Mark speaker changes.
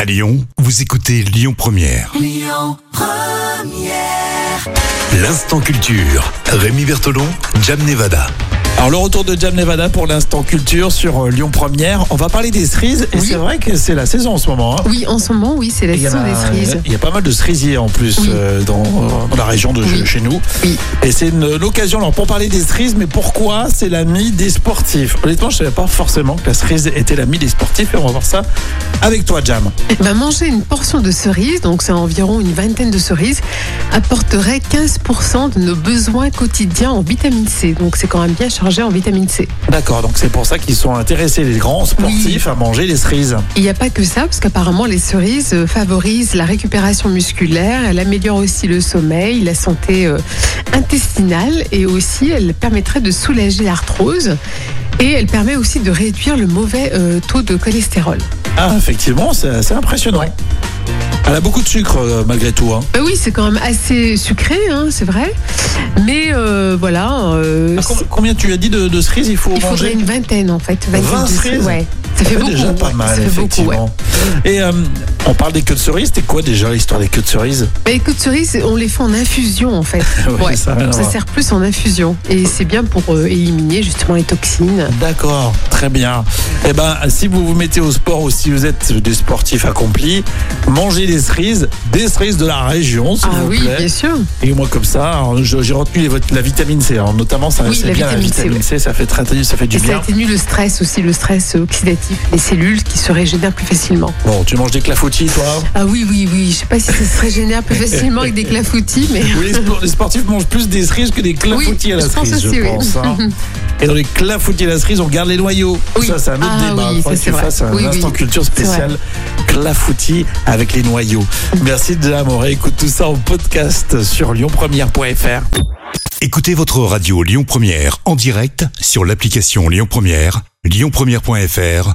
Speaker 1: À Lyon, vous écoutez Lyon Première. Lyon Première. L'instant culture. Rémi Bertolon, Jam Nevada.
Speaker 2: Alors le retour de Jam Nevada pour l'instant culture sur euh, Lyon Première. On va parler des cerises et
Speaker 3: Oui.
Speaker 2: c'est vrai que c'est la saison en ce moment. hein.
Speaker 3: Oui, en ce moment, oui, c'est la
Speaker 2: Il y en
Speaker 3: saison
Speaker 2: a-
Speaker 3: des cerises.
Speaker 2: Il y a pas mal de cerisiers en plus
Speaker 3: Oui.
Speaker 2: euh, dans, euh, dans la région de
Speaker 3: Oui.
Speaker 2: chez nous.
Speaker 3: Oui.
Speaker 2: Et c'est une- l'occasion alors pour parler des cerises, mais pourquoi c'est l'ami des sportifs Honnêtement, je savais pas forcément que la cerise était l'ami des sportifs. Et on va voir ça avec toi, Jam.
Speaker 3: Ben, manger une portion de cerises, donc c'est environ une vingtaine de cerises, apporterait 15% de nos besoins quotidiens en vitamine C. Donc c'est quand même bien chargé en vitamine C.
Speaker 2: D'accord, donc c'est pour ça qu'ils sont intéressés les grands sportifs à manger les cerises.
Speaker 3: Il n'y a pas que ça, parce qu'apparemment les cerises euh, favorisent la récupération musculaire, elle améliore aussi le sommeil, la santé euh, intestinale, et aussi elle permettrait de soulager l'arthrose. Et elle permet aussi de réduire le mauvais euh, taux de cholestérol.
Speaker 2: Ah, effectivement, c'est c'est impressionnant. Elle a beaucoup de sucre euh, malgré tout. hein.
Speaker 3: Bah oui, c'est quand même assez sucré, hein, c'est vrai. Mais euh, voilà, euh,
Speaker 2: Ah, com- combien tu as dit de, de cerises il faut
Speaker 3: il faudrait
Speaker 2: manger
Speaker 3: une vingtaine en fait.
Speaker 2: 20
Speaker 3: de-
Speaker 2: cerises
Speaker 3: ouais. Ça fait
Speaker 2: Ouais,
Speaker 3: beaucoup.
Speaker 2: déjà pas
Speaker 3: ouais,
Speaker 2: mal,
Speaker 3: ça fait beaucoup, ouais.
Speaker 2: effectivement. Et euh, on parle des queues de cerises. C'était quoi déjà l'histoire des queues de cerises
Speaker 3: Bah, écoute, cerises, on les fait en infusion en fait.
Speaker 2: Ouais,
Speaker 3: Ouais.
Speaker 2: ça a rien à
Speaker 3: Ça
Speaker 2: voir.
Speaker 3: sert plus en infusion. Et c'est bien pour euh, éliminer justement les toxines.
Speaker 2: D'accord, très bien. Eh ben, si vous vous mettez au sport ou si vous êtes des sportifs accomplis, mangez des cerises, des cerises de la région, s'il
Speaker 3: Ah
Speaker 2: vous
Speaker 3: oui,
Speaker 2: plaît.
Speaker 3: bien sûr.
Speaker 2: Et moi comme ça, alors, je- j'ai retenu les vit- la vitamine C. Alors, notamment, ça,
Speaker 3: Oui,
Speaker 2: c'est
Speaker 3: la
Speaker 2: bien la
Speaker 3: vitamine C,
Speaker 2: vitamine C, ça fait très, très- ça fait du
Speaker 3: Et ça
Speaker 2: bien.
Speaker 3: atténue le stress aussi, le stress euh, oxydatif, les cellules qui se régénèrent plus facilement.
Speaker 2: Bon, tu manges des clafoutis, toi
Speaker 3: Ah oui, oui, oui. Je sais pas si ça se régénère plus facilement avec des clafoutis, mais.
Speaker 2: Oui, les, spor- les sportifs mangent plus des cerises que des clafoutis
Speaker 3: Oui,
Speaker 2: à la
Speaker 3: je pense
Speaker 2: cerise,
Speaker 3: aussi,
Speaker 2: je
Speaker 3: oui.
Speaker 2: pense. hein. Et dans les clafoutis à la cerise, on garde les noyaux.
Speaker 3: Oui.
Speaker 2: Ça, c'est un autre
Speaker 3: Ah
Speaker 2: débat.
Speaker 3: oui,
Speaker 2: Il faudrait
Speaker 3: ça,
Speaker 2: que tu
Speaker 3: c'est
Speaker 2: fasses
Speaker 3: vrai.
Speaker 2: un
Speaker 3: Oui,
Speaker 2: instant
Speaker 3: oui.
Speaker 2: culture spécial clafoutis avec les noyaux. Merci Jam, on réécoute tout ça en podcast sur lyonpremière.fr.
Speaker 1: Écoutez votre radio Lyon Première en direct sur l'application Lyon Première, lyonpremière.fr